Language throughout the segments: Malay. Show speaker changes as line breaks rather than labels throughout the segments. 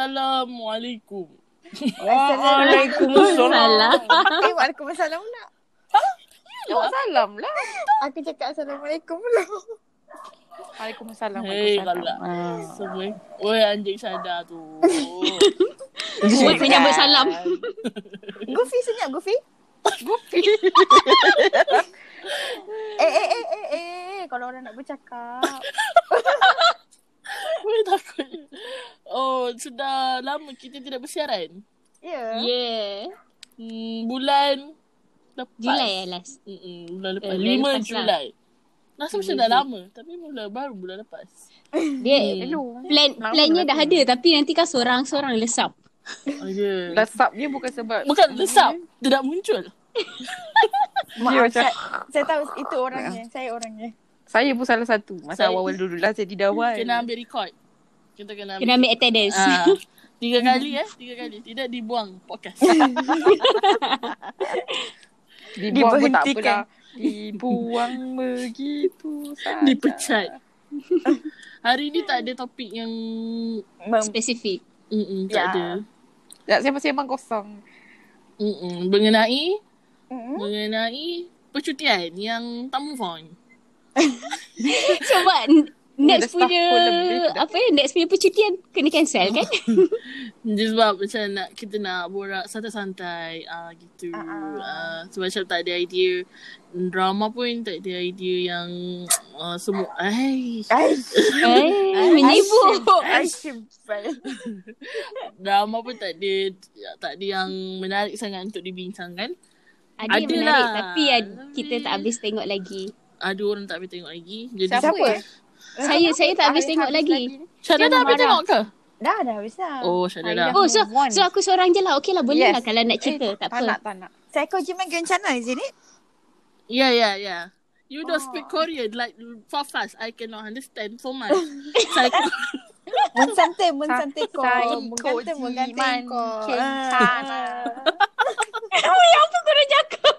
Assalamualaikum.
Waalaikumsalam.
Eh, Waalaikumsalam pula. Oh,
Awak salam lah.
Aku cakap Assalamualaikum pula.
Waalaikumsalam.
Hei, galak.
Ah.
Waalaikumsalam.
Semua. Oi, anjing sadar tu.
Buat menyambut salam.
Goofy senyap, Goofy. Goofy. eh, eh, eh, eh, eh. Kalau orang nak bercakap.
Oi, takut. Oh, sudah lama kita tidak bersiaran.
Ya. Yeah.
Yeah.
Hmm, bulan lepas.
Julai eh last.
Mm-mm, bulan lepas.
Eh,
5
bulan lepas lah.
Julai. Rasa macam dah lama. Tapi mula baru bulan lepas.
Dia
Hello.
plan
Lama
plannya
dah
dah
tu.
ada tapi nanti kan seorang-seorang lesap.
Oh, ya. Yeah.
Lesap dia Lah, bukan sebab
Bukan lesap. Tidak muncul.
Ya,
Dia
Maaf,
macam
Ah, saya, saya tahu itu orangnya. Saya orangnya.
Saya pun salah satu Masa
Saya-
awal-awal dulu lah Saya tidak awal
Kena ambil record. Kita kena ambil.
Kena ambil attendance.
Ah, tiga kali eh. Tiga kali. Tidak dibuang podcast.
Dibuang pun tak
Diberhentikan.
apalah Dibuang begitu saja.
Dipecat. Hari ni tak ada topik yang...
Mem-
Spesifik.
Mm-mm, tak
Ya.
ada.
Nak sembang-sembang kosong
Mm-mm. Mengenai...
Mm.
Mengenai percutian yang tak move on.
Sebab n- next
dah setahun
punya
lebih dah.
apa ya next punya percutian kena cancel kan?
Dia sebab macam nak kita nak borak santai-santai ah gitu.
Ah,
Uh-uh.
ah.
Uh, sebab macam tak ada idea drama pun tak ada idea yang uh, semua ai
Aish.
Ay, menyibuk.
Aish.
drama pun tak ada tak ada yang menarik sangat untuk dibincangkan.
Ada lah. yang
Adalah.
menarik tapi ad- kita tak habis tengok lagi.
Ada orang tak boleh tengok lagi. Jadi
Siapa?
Siapa?
Saya saya tak
Habis-
habis tengok
habis
lagi.
Syara dah habis
marah.
tengok ke?
Dah, dah habis dah.
Oh, Syara
ah,
dah.
ya.
Ayah.
Oh so
Move on.
so aku seorang je lah. Okey lah boleh
Yes. Eh,
lah kalau nak cerita tak
Tak nak
apa.
tak nak
Saya kau Jimin Gencana di sini.
Ya, ya, ya. You don't
Oh.
speak Korean like for fast. I cannot understand so much. Saya
Mensantai, mensantai
Sa-
kau.
saya kau
Mengantai, mengantai
Jimin
kau.
Gencana.
Apa kau nak cakap?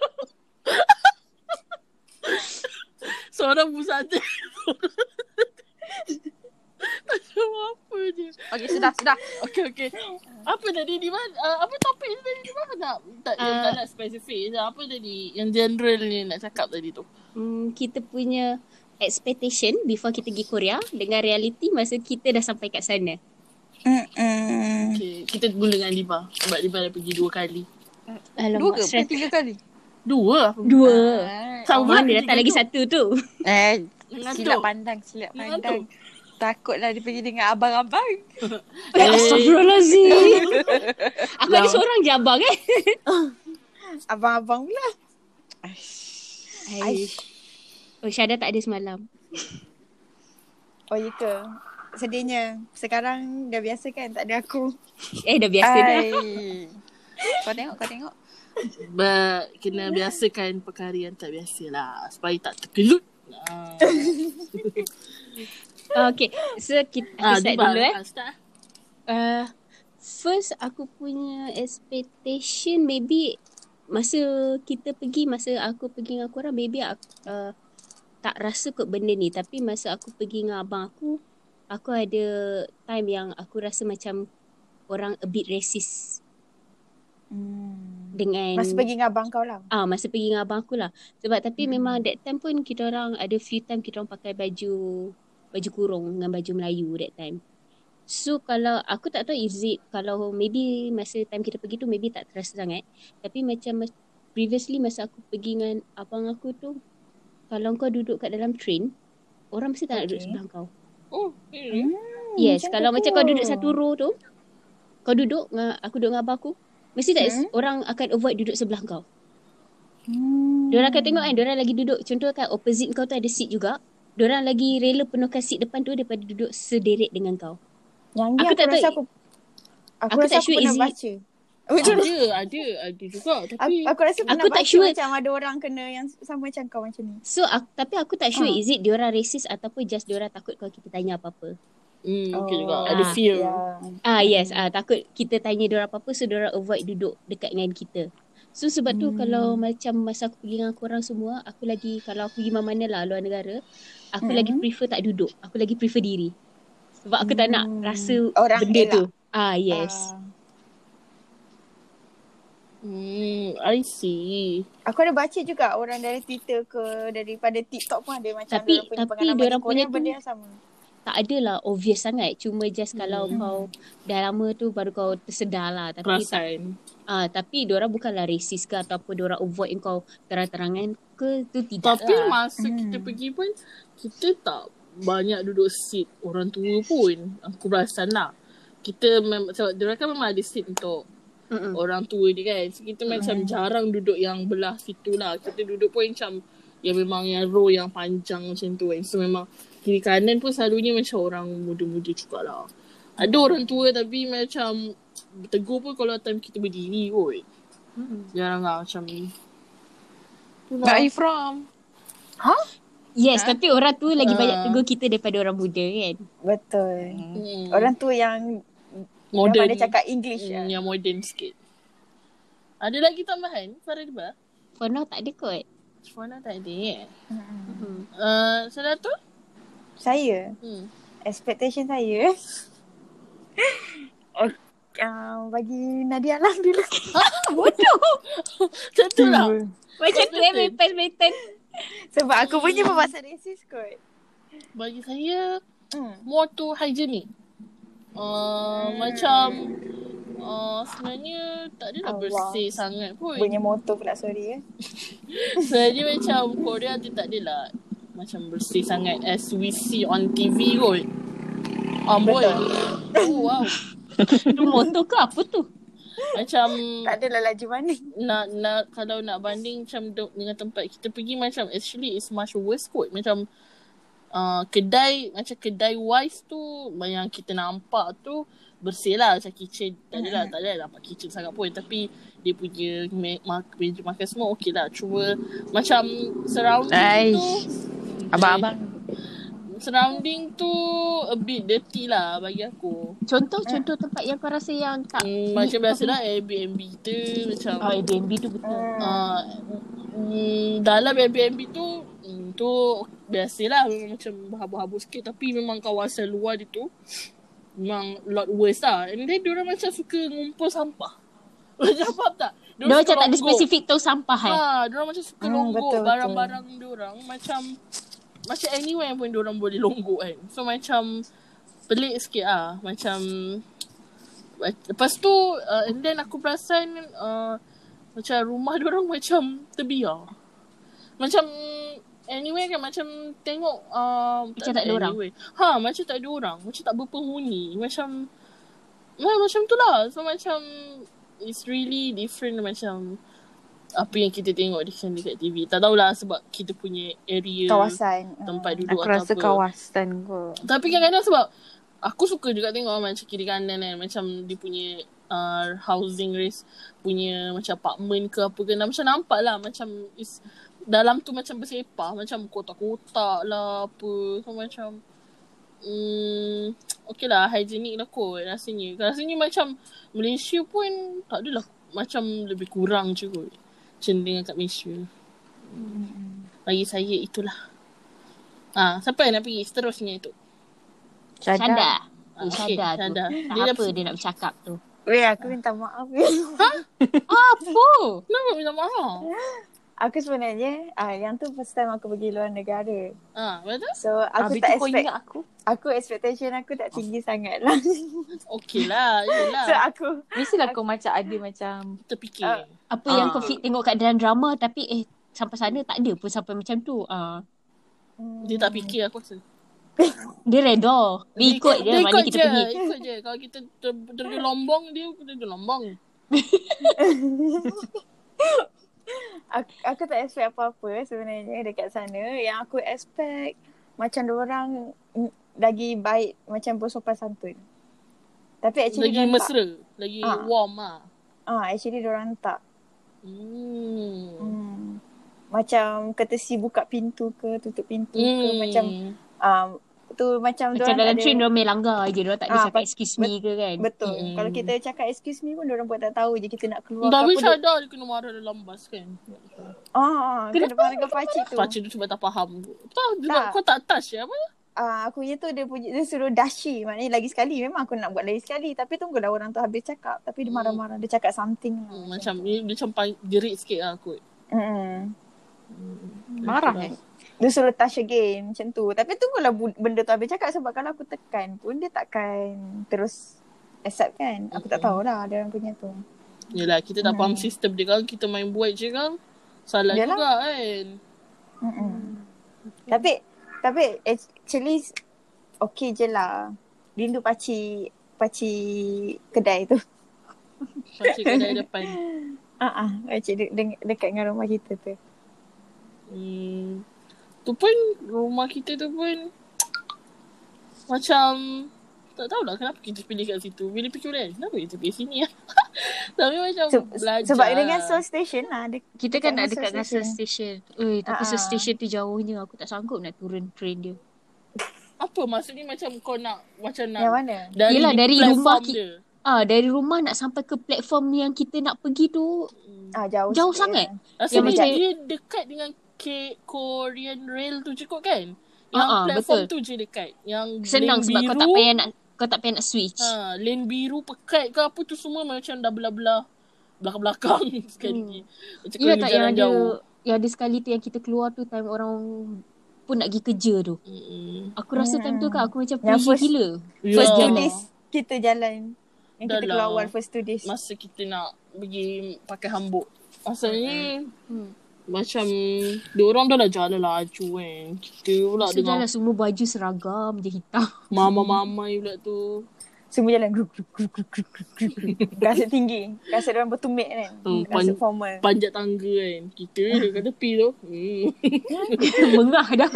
seorang busante. tak tahu apa dia.
Okay sudah sudah
Okay, okay. Apa tadi di mana? Uh, apa topik ni tadi di mana? Tak, tak,
Ah.
tak nak spesifik. je. Apa tadi yang general ni nak cakap tadi tu?
Hmm, kita punya expectation before kita pergi Korea dengan reality masa kita dah sampai kat sana.
Mm-mm.
Okay, kita mula dengan Diba. Sebab Diba dah pergi dua kali.
Dua
Alamak,
ke Ah.
stress.
tiga kali
Dua?
Dua.
Sama
Mana
ada tiga
datang lagi
tu.
satu tu.
Eh
Ngantuk.
Silap pandang Silap
Ngantuk.
pandang Takutlah dia pergi dengan abang-abang
Eh.
Astagfirullahalazim. Aku ada
Lam-
seorang je abang kan.
Abang-abang pula.
Aish. Oh Syada tak ada semalam.
Oh, ya ke? Sedihnya. Sekarang dah biasa kan tak ada aku.
Eh dah biasa dah.
Ay. Kau tengok kau tengok
But, kena biasakan perkara yang tak biasa lah. Supaya tak terkelut. Ah,
Okay. So kita aku
ah,
start
Diba.
dulu eh.
Ah, start.
Uh, first aku punya expectation maybe masa kita pergi masa aku pergi dengan korang maybe aku uh, tak rasa kot benda ni tapi masa aku pergi dengan abang aku aku ada time yang aku rasa macam orang a bit racist
Hmm.
dengan
Masa pergi dengan abang kau lah.
Ah masa pergi dengan abang aku lah. Sebab tapi hmm. memang that time pun kita orang ada few time kita orang pakai baju baju kurung dengan baju Melayu that time. So kalau aku tak tahu is it kalau maybe masa time kita pergi tu maybe tak terasa sangat. Tapi macam mas- previously masa aku pergi dengan abang aku tu kalau kau duduk kat dalam train orang mesti tak nak duduk
Okay. Hmm,
sebelah kau.
Oh, really?
Yes,
macam
kalau
tu.
macam kau duduk satu row tu kau duduk dengan aku duduk dengan abang aku mesti tak
Hmm.
orang akan avoid duduk sebelah kau.
Hmm.
Diorang akan tengok kan Diorang lagi duduk Contoh kan opposite kau tu ada seat juga Diorang lagi rela penuhkan seat depan tu Daripada duduk sederet dengan kau
Yang ni
Aku
aku,
tak
tak rasa
tahu-
aku Aku,
aku
rasa
tak
aku
sure
pernah
is it-
baca. Macam
Ada, ada. Ada juga.
Aku,
Tapi,
aku rasa pernah
Aku tak
baca
sure.
macam ada orang kena yang sama macam kau macam ni.
So aku, tapi aku tak sure
Ah.
Is it diorang racist Ataupun just diorang takut Kalau kita tanya apa-apa
hmm, okay
Oh,
juga. Ada
ah,
fear.
Ya.
Yeah.
Ah yes ah, Takut kita tanya diorang apa-apa So diorang avoid duduk Dekat dengan kita So sebab tu
Hmm.
kalau macam Masa aku pergi dengan korang semua Aku lagi Kalau aku pergi mana-mana lah Luar negara Aku
Mm-mm.
lagi prefer tak duduk Aku lagi prefer diri Sebab aku tak nak
Hmm.
Rasa
Orang
benda
elak.
tu Ah yes.
Ah.
Hmm, I see.
Aku ada baca juga orang dari Twitter ke daripada TikTok pun ada macam dorang
Tapi-
punya
tapi
pengalaman
dorang
di Korea
punya tu-
benda yang sama.
Tak adalah obvious sangat. Cuma just kalau
Hmm.
kau dah lama tu baru kau tersedar lah. Tapi tak,
Perasan.
ah, tapi diorang bukanlah racist ke atau apa. Diorang avoid kau terang-terangan ke tu tidak
Tapi
lah.
masa
Hmm.
kita pergi pun, kita tak banyak duduk seat orang tua pun. Aku perasan lah. Kita memang, sebab diorang kan memang ada seat untuk
Mm-mm.
orang tua dia kan. So, kita macam jarang duduk yang belah situ lah. Kita duduk pun macam yang memang yang row yang panjang macam tu kan. So memang kiri kanan pun selalunya macam orang muda-muda jugalah. Ada orang tua tapi macam tegur pun kalau time kita berdiri kot.
Mm-mm.
Jarang lah macam ni.
Where are you from?
Yes, tapi orang tua lagi
Ah.
banyak tegur kita daripada orang muda kan.
Betul.
Mm.
Hmm.
Orang tu yang
modern.
yang pada cakap English
Hmm,
hmm,
yang modern sikit. Ada lagi tambahan? Farah Dibah?
For now tak ada kot.
Mana tak ada eh?
Hmm.
Uh, Saudara tu?
Saya
Hmm.
Expectation saya oh, uh, Bagi Nadia lah dulu
Macam tu lah.
Macam tu eh,
Betul.
mepes metan.
Sebab aku punya pembahasan racist kot
Bagi saya,
hmm.
more to hygienic. Uh, Macam uh, sebenarnya tak adalah
Allah.
bersih sangat pun.
Punya motor pula sorry eh.
Sebenarnya macam Korea dia tak adalah macam bersih sangat as we see on TV kot. Amboi. Oh, wow.
Tu motor ke apa tu?
Macam
Tak adalah laju mana
nak nak kalau nak banding macam de- dengan tempat kita pergi macam actually it's much worse kot. Macam uh, kedai macam kedai wise tu yang kita nampak tu bersih lah macam kitchen tak adalah tak adalah nampak kitchen sangat pun tapi dia punya me- ma- meja makan semua okey lah cuma macam surrounding
Aish.
tu
Abang-abang.
surrounding tu a bit dirty lah bagi aku
Contoh contoh tempat yang kau rasa yang tak
hmm, macam biasalah Airbnb kita macam
Oh, Airbnb tu betul.
hmm.
Ah,
uh, mm, dalam Airbnb tu mm, tu biasalah memang macam berhabur-habur sikit tapi memang kawasan luar dia tu memang lot worse lah and then diorang macam suka ngumpul sampah macam faham tak?
Dia
suka
macam tak ada
longgok.
spesifik tau sampah eh.
ha, diorang macam suka
Hmm,
longgok
betul, betul.
barang-barang diorang macam macam anywhere pun diorang boleh longgok kan so macam pelik sikit ah macam lepas tu uh, and then aku perasan uh, macam rumah diorang macam terbiar macam anyway kan macam tengok uh,
Macam tak ada orang.
anyway. ha macam tak ada orang macam tak berpenghuni macam well, macam tu lah so macam it's really different macam apa yang kita tengok dekat dekat TV tak tahulah sebab kita punya
ya.
area
Kawasan
tempat
Hmm.
duduk
Aku
atau
rasa
apa.
kawasan kot.
Tapi kadang-kadang sebab aku suka juga tengok macam kiri kanan kan. Macam dia punya uh, housing race punya macam apartment ke apa ke. Nah, macam nampak lah macam is, dalam tu macam bersepah. Macam kotak-kotak lah apa. So macam Hmm, okay lah hygienic lah kot rasanya. Rasanya macam Malaysia pun tak adalah macam lebih kurang je kot. Macam dengan kat Malaysia. Bagi saya itulah. Ah, siapa yang nak pergi seterusnya tu?
Syada.
Ah,
Eh,
okey,
Syada tu.
Syada.
Tak
Dia dah
apa dia nak bercakap tu.
Weh aku minta maaf ya.
Apa?
Kenapa minta maaf?
Aku sebenarnya ah, Yang tu first time aku pergi luar negara
Ah, betul?
So aku
Habis
tak
tu kau
expect
ingat aku.
Aku expectation aku tak tinggi sangat lah
Okey lah, yelah.
So aku
Mestilah kau macam ada macam
Terfikir.
Ah.
Apa
Ah.
yang kau fit tengok kat dalam drama tapi eh sampai sana tak ada pun sampai macam tu. Ah.
Dia tak fikir aku rasa.
Dia redor. Dia ikut je mana
ikut
kita
je,
pergi.
Ikut je. Kalau kita ter- tergelombong, dia tergelombong.
Hmm, aku, aku tak expect apa-apa sebenarnya dekat sana. Yang aku expect macam orang lagi baik macam bersopan santun. Tapi actually
Lagi
dorang tak.
mesra. Lagi
Ah.
warm lah.
Ah, actually orang tak.
Hmm.
Hmm. Macam courtesy buka pintu ke tutup pintu hmm. ke
Hmm.
macam um, tu macam
Macam
dorang
dalam
tak ada-
train dia orang langgar je.
Ah,
Dia tak ada cakap
bet-
excuse me ke kan.
Betul.
Mm.
Hmm. Kalau kita cakap excuse me pun orang pun tak tahu je kita nak keluar.
Tapi
ke apa.
Syada dia kena marah dalam bas kan.
Ah, ah, kena depan dengan pakcik tu.
Pakcik tu sebab tak faham. Tak, dia
Tak.
tak. kau tak touch ya apa?
uh, aku je tu dia punya dia suruh dashi maknanya lagi sekali memang aku nak buat lagi sekali tapi tunggulah orang tu habis cakap tapi dia
Hmm.
marah-marah dia cakap something lah.
Hmm, macam dia, dia macam pan- jerit sikit lah kot.
Mm-mm.
Hmm,
Marah
itulah.
eh?
Dia suruh touch again macam tu. Tapi tunggulah bu- benda tu habis cakap sebab kalau aku tekan pun dia takkan terus accept kan. Aku tak
Mm-mm.
tahulah dia orang punya tu.
Yelah Ya lah, kita tak faham
Hmm.
sistem dia kan Kita main buat je kan Salah
Yalah.
juga kan Hmm,
Mm-mm. Tapi tapi actually okay je lah. Rindu pakcik pakcik kedai tu.
Pakcik kedai depan
Ah ah pakcik de- de- dekat dengan rumah kita tu.
hmm. Tu pun rumah kita tu pun Macam Tak tahulah kenapa kita pilih kat situ Bila fikir kan Kenapa kita pilih sini lah Tapi macam
Se-
belajar
sebab dengan soul station lah dia
Kita kan
Dekat
nak
dengan
dekat
Seoul
dengan Seoul Station. Ui, tapi Seoul
Ah.
Station tu jauhnya. Aku tak sanggup nak turun train dia.
Apa maksudnya macam kau nak Macam nak
yang mana?
dari,
Yelah, dari
platform
rumah ki-
dia.
Ah, dari rumah nak sampai ke platform yang kita nak pergi tu.
Hmm.
Ah jauh
Jauh
sikit
sangat?
lah.
Rasa
Yang
dia,
macam-
dia dekat dengan K Korean Rail tu cukup kan? Yang
Ah, ah,
platform
betul.
tu je dekat. Yang lane
Senang sebab
biru,
kau tak payah nak kau tak payah nak switch.
Ha, lane biru pekat ke apa tu semua macam dah belah-belah belakang-belakang sekali.
Hmm.
Hmm. Macam
Ingat
kalau
tak yang
jalan
ada
jauh.
yang ada sekali tu yang kita keluar tu time orang pun nak pergi kerja tu.
Mm-mm.
Aku rasa time tu
Mm.
kan aku macam
Yang
pleasure
first-
gila.
Ya.
First two
Yalah.
days kita jalan. Yang kita
Dah
keluar
lah.
awal first two days.
Masa kita nak pergi pakai hambuk. Asalnya
Hmm.
macam diorang dah lah jalan laju kan. Kita pula
Sudah
dengan
lah semua baju seragam je hitam.
mama-mamai pula tu.
Semua jalan grup grup grup grup grup grup grup. grup. Rasa tinggi. Rasa dia orang bertumit kan.
Hmm,
Rasa
pan-
formal.
Panjat tangga kan. Kita dekat tepi tu. Hmm.
Mengah dah.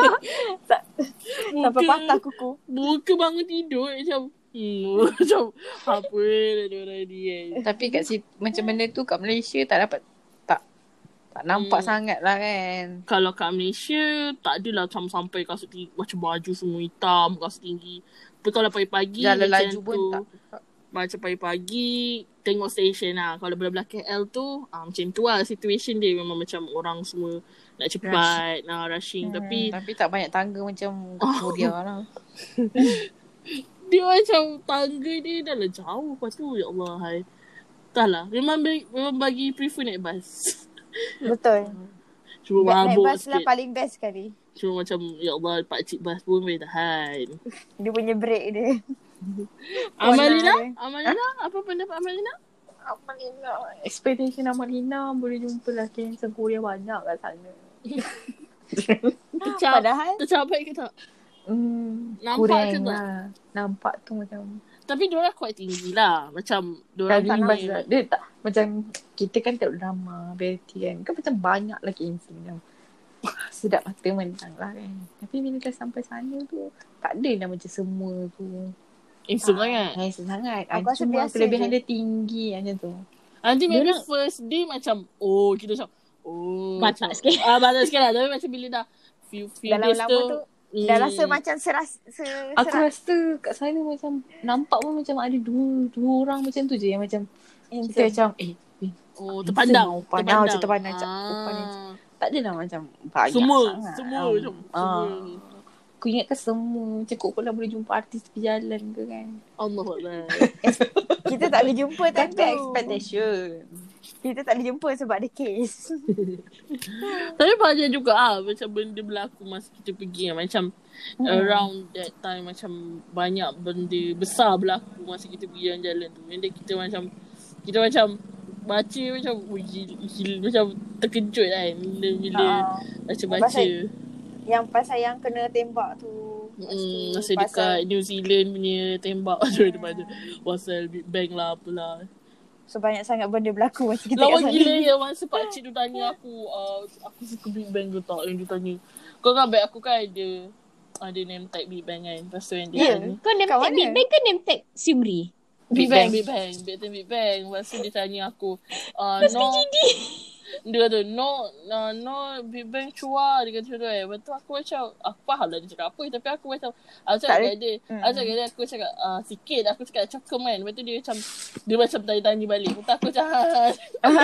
Sampai
Muka-
patah kuku.
Muka bangun tidur macam hmm, macam apa lah dia orang ni kan.
Tapi kat situ, macam benda tu kat Malaysia tak dapat tak tak nampak
Hmm.
sangat lah kan.
Kalau kat Malaysia tak adalah macam sampai kasut tinggi, macam baju semua hitam, kasut tinggi. Tapi kalau pagi-pagi
Jalan
macam
laju pun tak.
Macam pagi-pagi tengok station lah. Kalau belah-belah KL tu ah, macam tu lah situation dia memang macam orang semua nak cepat, nah, rushing.
Hmm.
Tapi
Tapi tak banyak tangga macam
Oh.
Korea lah.
dia macam tangga dia dah lah jauh. Lepas tu ya Allah hai. Tak lah. Memang, bagi- memang bagi prefer naik bas.
Betul.
Cuma
Naik
mabuk
bas lah
sikit.
paling best sekali.
Cuma macam Ya Allah Pakcik bas pun boleh tahan
Dia punya break dia.
Oh, ya,
Amalina Amalina Apa pendapat Amalina
Amal Lina. Expectation Amal Lina boleh jumpa lelaki yang Korea banyak kat sana.
Tercap
Padahal
Ah, Tercapai ke tak
Hmm,
Nampak ke tak?
kurang lah. Nampak tu macam
Tapi diorang quite tinggi lah Macam Diorang
Kali
tak
ni
naik
dia tak macam kita kan tengok drama variety kan. Kan macam banyak lagi insting tau. Wah, sedap mata menang lah kan. Tapi bila dah sampai sana tu tak ada lah macam semua tu.
Insum Eh, sangat
Handsome sangat.
Aku
Aku
rasa
Cuma
biasa
kelebihan
je.
dia tinggi macam tu.
Nanti maybe
Diorang-
first day macam Oh kita macam Oh
Batak
macam-
sikit.
Ah batak sikit lah Tapi macam bila dah Few, few
dah
days
lama-lama
tu eh. hmm.
tu dah rasa macam seras se,
Aku
seras
rasa kat sana macam nampak pun macam ada dua dua orang macam tu je yang macam
handsome.
kita macam eh eh,
Oh terpandang Ah.
Handsome, pandang, macam terpandang, cak- pandang, tak adalah macam banyak
Semua
sangat.
Semua
Ah.
macam Semua
Ah. Aku ingatkan semua Macam kot pula boleh jumpa artis tepi jalan ke kan
Allah Allah
Kita tak boleh jumpa time tu.
expectation
Kita tak boleh jumpa sebab ada kes.
Tapi banyak juga ah macam benda berlaku masa kita pergi yang macam hmm. around that time macam banyak benda besar berlaku masa kita pergi jalan-jalan tu. Benda kita macam kita macam baca macam "Ui, gila, gila, macam terkejut kan bila bila
Ah.
baca baca
Pasal- Yang pasal yang kena tembak tu.
hmm, masa dekat New Zealand punya tembak macam hmm. mana pasal Big Bang lah apalah
Sebanyak sangat benda berlaku masa kita
Lawan
kat sana.
gila ya, yang masa pakcik tu tanya aku uh, Aku suka Big Bang ke tak Yang dia tanya Kau kan bag aku kan ada Ada name tag Big Bang kan Lepas tu yang dia kan? tanya
Ya.
Kau name
Kat
tag
mana?
Big Bang ke name tag Simri?
Big Bang Big Bang Big Bang Big Bang Lepas tu dia tanya aku uh, No Dia kata no uh, no Big Bang cua Dia kata macam tu eh Lepas tu aku macam Aku faham lah dia cakap apa Tapi aku macam Aku cakap
Tak
kat dia
Mm.
Aku cakap kat dia Aku cakap uh, sikit Aku cakap cokem kan Lepas tu dia macam Dia macam tanya-tanya balik Lepas tu aku macam "Ah,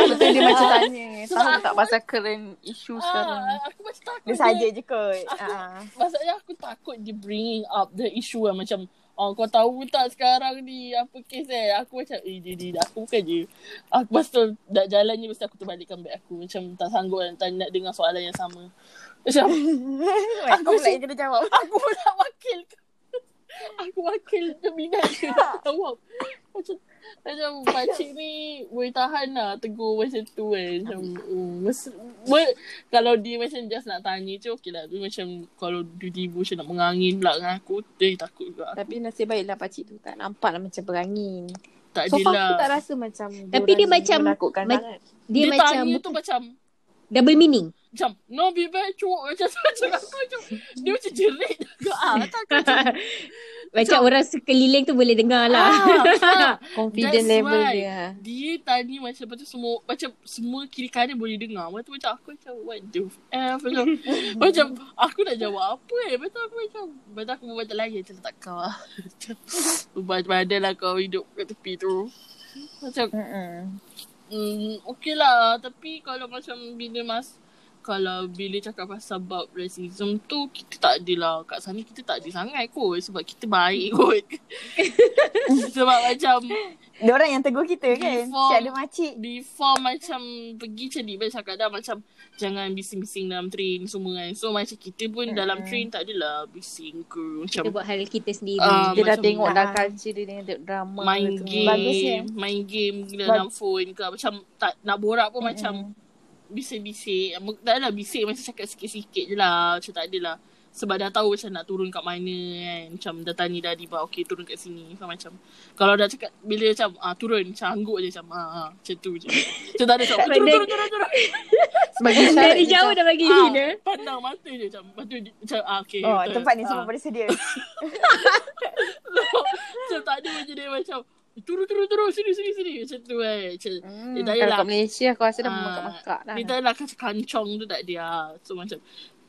Betul dia macam
Ah.
tanya Tahu tak pasal current issue sekarang
ah, Aku macam takut
Dia saja je kot. Ah.
Maksudnya aku takut dia bringing up the issue lah macam Oh, kau tahu tak sekarang ni apa kes eh? Aku macam, eh, dia, dia, dia. aku bukan je. Aku lepas tu, dah jalan je, mesti aku terbalikkan bag aku. Macam tak sanggup kan, tak nak dengar soalan yang sama. Macam,
Aku pula yang kena jawab.
aku nak wakil kau. Aku wakil peminat dia nak jawab. Macam, macam pakcik ni boleh tahan lah tegur macam tu kan. Macam, oh, mes- me- kalau dia macam just nak tanya je okey lah. Tapi macam kalau dia tiba macam nak mengangin pula dengan aku, dia takut juga.
Tapi nasib baiklah pakcik tu tak nampak lah macam berangin
Tak
So far aku
adalah.
tak rasa macam
Tapi dia
orang
macam-
menakutkan
ma-
sangat.
Dia,
Dia,
dia
macam
tanya tu macam,
double meaning.
macam, no be bad cuak macam tu. Macam aku macam, dia macam jerit juga. Ah, takut macam,
Macam orang sekeliling tu boleh dengar lah.
ah, ah.
Confident
That's
level
why.
dia ha.
dia tanya macam lepas tu semua macam semua kiri kanan boleh dengar. Lepas tu macam aku macam what the F macam, macam aku nak jawab apa eh. Lepas tu aku macam lepas tu aku berbual lain macam tak kau lah. Macam badan lah kau hidup kat tepi tu. Macam
Mm-mm.
mm, okay lah tapi kalau macam bila mas kalau bila cakap pasal bab racism tu kita tak adalah kat sana kita tak ada sangat kot sebab kita baik kot. sebab macam
Dia orang yang tegur kita kan.
Before-
Siap ada makcik.
before macam pergi macam ni Bel cakap dah macam jangan bising-bising dalam train semua kan. So macam kita pun
Mm-mm.
dalam train tak adalah bising ke macam
Kita buat hal kita sendiri.
Ah,
Dia dah
macam-
tengok dah
Ah.
culture dia dengan tengok drama
main
tu.
game,
Bagus, ya?
main game dalam phone ke macam tak nak borak pun macam bising-bising. Mu- Tak adalah bising macam cakap sikit-sikit je lah. Macam tak adalah. Sebab dah tahu macam nak turun kat mana kan. Macam dah tanya dah diba okay turun kat sini. So macam kalau dah cakap bila macam ah, turun macam angguk je macam ah, ah, macam tu je. Macam tak ada cakap "Oh, turun
Pandai-
turun turun turun.
Sebagai syarat
Dari
dia
jauh
macam,
dah bagi
Ah,
hina.
Pandang mata je macam Lepas tu dia- macam ah, okay,
Oh,
betul.
tempat ni semua
Ah.
pada sedia.
Macam tak ada macam dia macam Turun turun turun sini sini sini Macam tu eh Macam
Hmm,
Dia tak
kalau
adalah
kat Malaysia aku rasa dah
Ah,
memekak-mekak dah.
Dia tak adalah kacau kancong tu tak dia Ah, So macam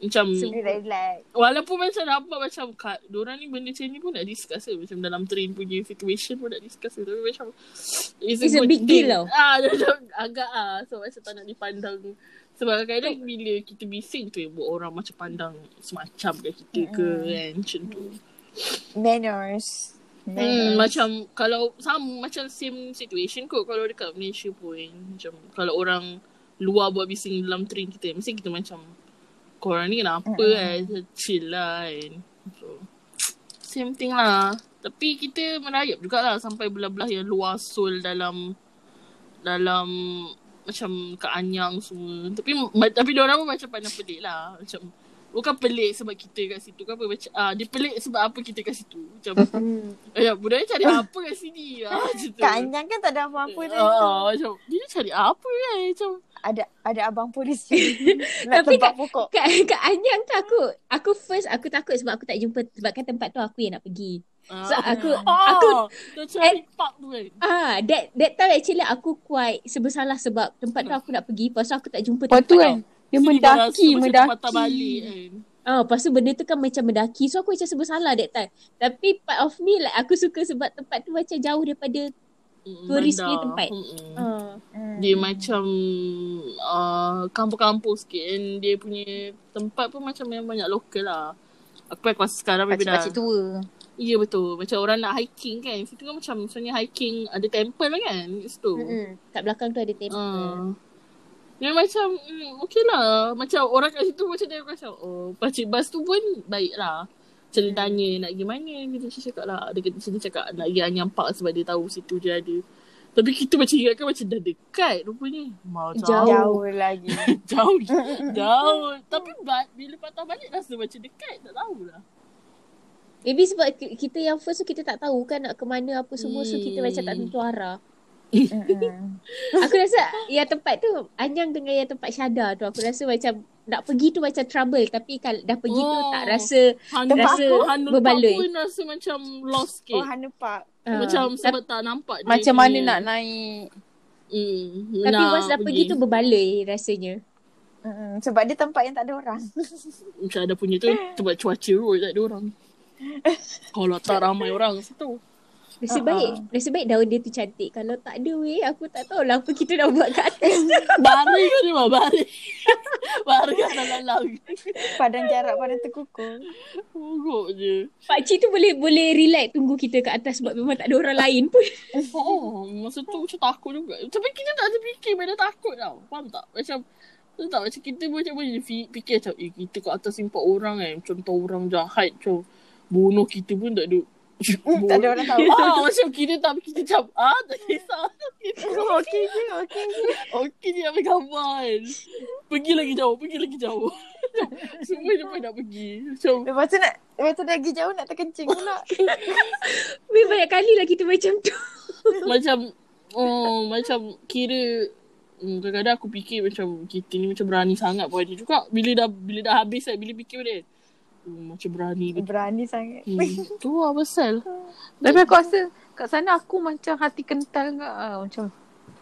Macam
Dia dah relax.
Walaupun macam nampak macam kat, Diorang ni benda macam ni pun nak discuss eh. Macam dalam train punya situation pun nak discuss eh. Tapi macam
It's a
good
big
thing.
deal tau.
Ah, dia macam agak ah So macam tak nak dipandang Sebab kadang-kadang bila kita bising tu eh, Buat orang macam pandang Semacam kat kita ke kan Macam tu
Manners.
Hmm,
Manners.
macam kalau sama macam same situation kot kalau dekat Malaysia pun macam kalau orang luar buat bising dalam train kita mesti kita macam korang ni kenapa mm-hmm. eh chill lah kan so same thing lah tapi kita merayap jugalah sampai belah-belah yang luar Seoul dalam dalam macam kat Anyang semua tapi ma- tapi diorang pun macam pandang pelik lah macam bukan pelik sebab kita kat situ ke apa macam ah, dia pelik sebab apa kita kat situ macam Ya, budaya cari apa kat sini? Ah, macam tu.
Kak Anjang kan tak ada apa-apa tadi.
Ah, macam, dia cari apa kan? Macam,
Ada ada abang polis je. Nak
Tapi
tebak
Kak-
pokok.
Kat, kat Anyang tu aku Aku first aku takut sebab aku tak jumpa Sebabkan tempat tu aku yang nak pergi So aku
ah,
aku eh,
dia cari park tu kan?
ah that that time actually aku quite sebersalah sebab
Hmm.
tempat tu aku nak pergi lepas tu aku tak jumpa
Lepas
tempat
tu kan dia
Sini
mendaki,
dia rasa macam
mendaki.
patah balik kan.
Ah, lepas tu benda tu kan macam mendaki. So aku macam sebersalah that time. Tapi part of me like aku suka sebab tempat tu macam jauh daripada
Mm,
Tourist
bandar.
punya tempat.
Mm-mm.
ah.
Hmm.
Dia macam uh, kampung-kampung sikit and dia punya tempat pun macam yang banyak lokal lah. Aku aku rasa sekarang maybe dah.
Pakcik-pakcik tua.
Ya betul. Macam orang nak hiking kan. Situ kan macam misalnya hiking ada temple lah kan. Kat situ.
Mm-mm. kat belakang tu ada tempat.
Ah. Dia macam mm, okay lah. Macam orang kat situ macam dia macam oh pakcik bas tu pun baik lah. Macam dia tanya nak pergi mana. Kita macam cakap lah. Dia kata macam dia cakap nak pergi Anyang Park sebab dia tahu situ je ada. Tapi kita macam ingatkan macam dah dekat rupanya. Mau jauh.
Jauh.
Jauh lagi.
Jauh. jauh. Tapi ba- bila patah balik rasa macam dekat. Tak lah. tahulah.
Maybe sebab ki- kita yang first tu kita tak tahu kan nak ke mana apa semua. So
Hmm.
kita macam tak tentu arah.
Mm-mm.
Aku rasa yang tempat tu Anyang dengan yang tempat Syada tu aku rasa macam nak pergi tu macam trouble tapi kalau dah pergi tu
Oh.
tak rasa
Hanun
Tempat
rasa
aku
Hanun
berbaloi.
pun rasa macam lost
Oh,
sikit.
Hana Park.
ah,
macam
tapi-
sebab tak nampak dia
Macam
punya-
mana nak naik
Mm,
Tapi
nak
once dah pergi tu berbaloi rasanya.
Mm, sebab dia tempat yang tak ada orang.
Macam ada punya tu Sebab cuaca kot tak ada orang Kalau tak ramai orang situ
Nasib
Ha-ha.
baik, nasib baik daun dia tu cantik. Kalau tak ada weh, aku tak tahu lah apa kita nak buat kat atas.
Bari ke ni mah Bari Bari kat dalam laut
Padang jarak, padang terkukur.
Buruk je
Pakcik tu boleh boleh relax tunggu kita kat atas sebab memang tak ada orang lain pun.
Oh, masa tu macam takut juga. Tapi kita tak ada fikir benda takut tau. Faham tak? Macam tu tak macam kita pun macam boleh fi- fikir macam eh kita kat atas impak orang kan. Contoh orang jahat macam bunuh kita pun tak ada.
tak ada orang tahu.
Ah, macam kita tak kita macam ah tak kisah.
Oh, okey je, okey je.
Okey dia ambil gambar kan. Pergi lagi jauh, pergi lagi jauh. Macam, Semua dia pun nak pergi. Macam
Lepas tu nak, lepas tu dah pergi jauh nak terkencing pula.
Weh banyak kali lah kita macam tu.
macam oh macam kira hmm, kadang-kadang aku fikir macam kita ni macam berani sangat pun ada juga bila dah bila dah habis kan bila fikir benda hmm, macam berani betul
Berani sangat.
hmm. tu lah pasal
Tapi aku rasa kat sana aku macam hati kental ke ah, macam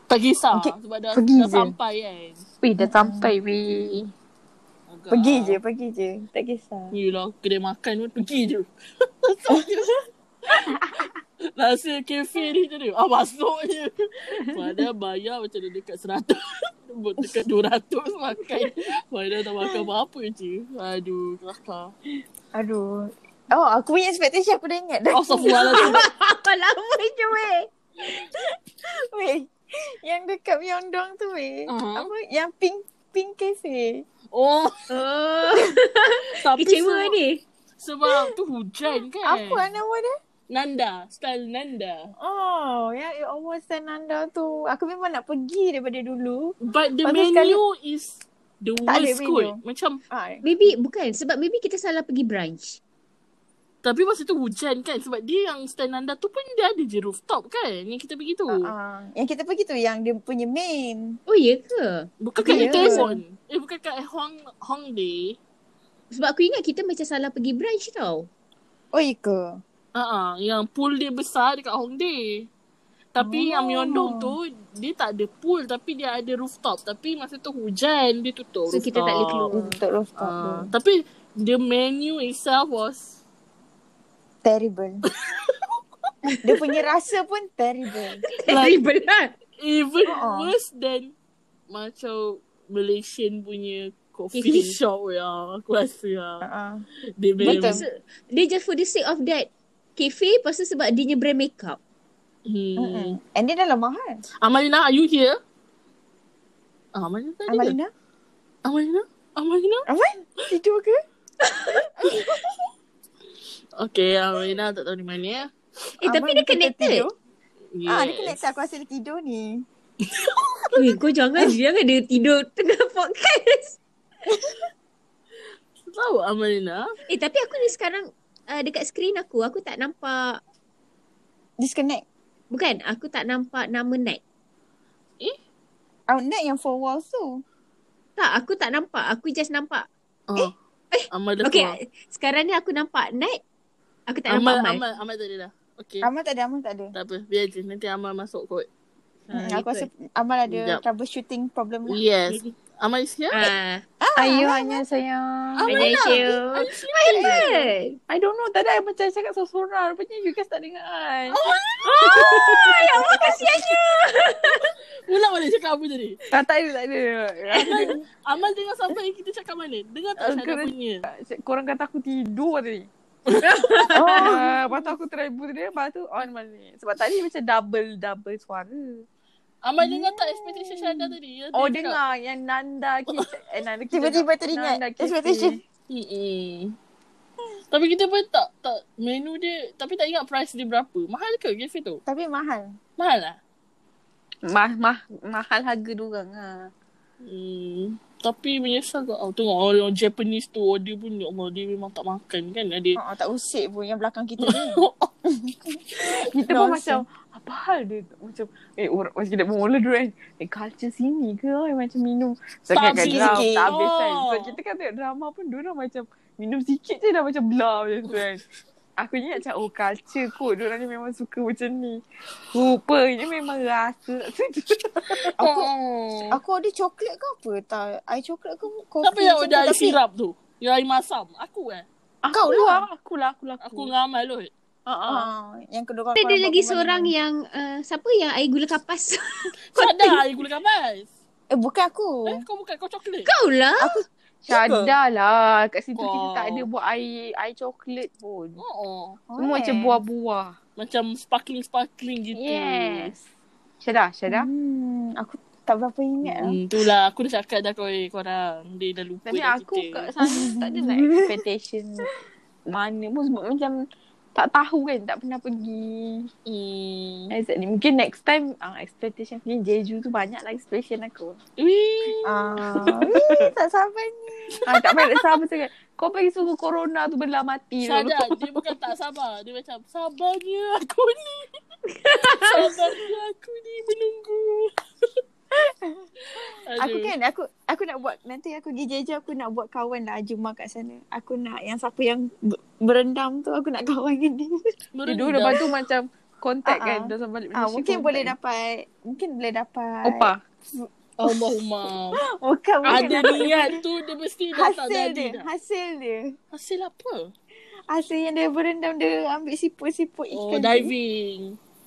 tak kisah
Okay,
sebab dah,
pergi
dah
je.
sampai kan
weh dah sampai weh.
Agak,
Pergi
ah,
je, pergi je. Tak kisah.
Yelah lah, kedai makan pun pergi je Rasa kafe ni macam ni Ah masuk je Padahal bayar macam dia dekat 100 Dekat 200 makan Padahal tak makan apa-apa je Aduh kelakar
Aduh. Oh, aku punya expectation aku dah ingat dah.
Oh Astagfirullahaladzim
Apa lama je weh.
Weh. Yang dekat Myeongdong tu weh.
Ah.
Apa? Yang pink pink cafe.
Oh
Oh,
Tapi sebab,
kecewa ni.
sebab tu hujan kan
Apa nama dia?
Nanda Style Nanda
Oh, yang ya Allah Sananda tu. Aku memang nak pergi daripada dulu.
But the
Lepas tu
menu
sekali-
is The
Tak ada
worst
menu.
kot Macam
Ha.
Maybe bukan sebab maybe kita salah pergi brunch.
Tapi masa tu hujan kan Sebab dia yang stand anda tu pun Dia ada je rooftop kan Yang kita pergi tu
Ah,
uh-huh.
Uh-uh. Yang kita pergi tu yang dia punya main.
Oh ya ke?
Bukan
Aku
kat
ingat
Itaewon Eh bukan kat Hong Hongdae
Sebab aku ingat kita macam salah pergi brunch tau.
Oh, iya ke?
uh-huh. Yang pool dia besar dekat Hongdae tapi oh. yang
Oh.
Myeongdong tu Dia tak ada pool Tapi dia ada rooftop Tapi masa tu hujan Dia tutup
So
rooftop
kita tak boleh keluar.
Dia tutup rooftop tu.
Uh, tapi the menu itself was
Terrible. dia punya rasa pun terrible.
like
Terrible lah.
even
ah.
Uh-uh.
worse than macam Malaysian punya coffee
Coffee.
shop ya. Aku rasa ya.
Uh-uh.
Dia memang
Betul.
So, dia just for the sake of that cafe lepas tu sebab dia punya brand makeup.
Mm-hmm.
hmm.
Mm-mm. And dia dalam mahal.
Amalina, are you here? Ah, Amalina tadi. Amalina.
Amalina?
Amalina. Amalina.
Apa? Tidur ke?
Okay, Amalina tak tahu di mana ya.
Eh tapi dia connected.
Yes.
Ah, dia connected. Aku rasa dia tidur ni.
Weh kau jangan jangan dia tidur tengah podcast.
Tahu Amalina?
Eh tapi aku ni sekarang uh, dekat screen aku aku tak nampak
Disconnect.
bukan aku tak nampak nama Nat.
Outnet yang four walls tu.
Tak aku tak nampak. Aku just nampak.
Ah. Amalina.
Okay sekarang ni aku nampak Nat. Aku tak
Amal,
nampak Amal.
Amal, Amal tadi dah. Okay.
Amal tak ada, Amal tak ada.
Tak apa, biar je. Nanti Amal masuk kot.
Hmm,
Ha,
aku rasa
gitu.
Amal ada
Sekejap.
troubleshooting problem lah.
Yes. Amal is here?
Ah,
Ayo hanya sayang.
banyak issue. lah. Ayolah.
I don't know. Tadi I macam cakap sorang-sorang. Rupanya you guys tak dengar kan.
Ulang balik cakap apa tadi?
Tak, Ah, tak ada, tak ada. Ah,
Amal, Amal dengar sampai kita cakap mana? Dengar tak Syara
Dengar.
punya?
Korang kata aku tidur tadi.
Oh.
Ah, lepas tu aku try boot dia. Lepas tu on balik. Sebab tadi macam double-double suara.
Amal dengar tak expectation Syara tadi? Ya,
Oh, dengar yang Nanda kita. Eh, Nanda kita.
Tiba-tiba teringat
Nanda kita.
expectation.
Hmm. Tapi kita pun tak tak menu dia tapi tak ingat price dia berapa. Mahal ke cafe tu?
Tapi mahal.
Mahal lah.
Mah, mah, mahal harga diorang lah.
Hmm. Tapi menyesal kau oh, tengok orang Japanese tu order pun ya Allah dia memang tak makan kan ada.
Ha, tak usik pun yang belakang kita ni.
Kita pun macam apa hal dia macam eh orang macam kita mula dulu kan eh culture sini ke oh, macam minum
Tak
sangat kan
habis
drama
sikit.
tak habis kan so
Oh.
kita kan tengok drama pun dia macam minum sikit je dah macam belah macam tu kan Aku ingat macam oh culture kot Diorang ni memang suka macam ni Rupanya memang rasa kat situ
Aku
Oh.
aku order coklat ke apa tak. Air coklat ke kopi.
Siapa yang
macam tu,
ada air
tapi
sirap tu? Yang air masam. Aku eh.
Kau lah.
Aku lah Aku lah
Aku ngamal lot.
uh-uh.
Ah, yang kedua
Kita ada lagi seorang yang uh, siapa yang air gula kapas?
Kau dah air gula kapas.
Eh bukan aku.
Eh, kau bukan kau coklat.
Kau lah.
Syadar lah Kat situ
Wow.
kita tak ada buat air Air coklat pun
Oh, oh.
Semua macam buah-buah
Macam sparkling-sparkling gitu.
lah. Syadar Syadar
Hmm, aku tak berapa ingat lah.
Hmm.
Itulah aku dah cakap dah kau korang. Dia dah lupa
Tapi
dah
aku
kita.
kat sana tak ada like expectation mana pun sebab macam tak tahu kan tak pernah pergi
Hmm.
exactly mungkin next time uh, expectation pergi Jeju tu banyak lah expectation aku
Wih.
Ah, weh, tak sabar ni.
ah, tak payah nak sabar sangat kau pergi suruh corona tu belah mati tu
Sadar dia bukan tak sabar Dia macam sabarnya aku ni Sabarnya aku ni menunggu Aduh.
Aku kan aku aku nak buat nanti aku pergi jeja aku nak buat kawan lah Ajuma kat sana. Aku nak yang siapa yang ber- berendam tu aku nak kawan dengan dia.
dia
Merendam.
dulu lepas tu macam contact
Ah,
kan
ah.
dah sampai balik
Ah,
Malaysia,
mungkin
contact.
boleh dapat mungkin boleh dapat.
opa
Allahumma
Bukan boleh
Ada
dapat
niat tu Dia mesti dah tak
hasil
jadi
dia,
dah.
hasil dia.
Hasil apa?
Hasil yang dia berendam dia ambil siput-siput
Oh
ikan. tu.
diving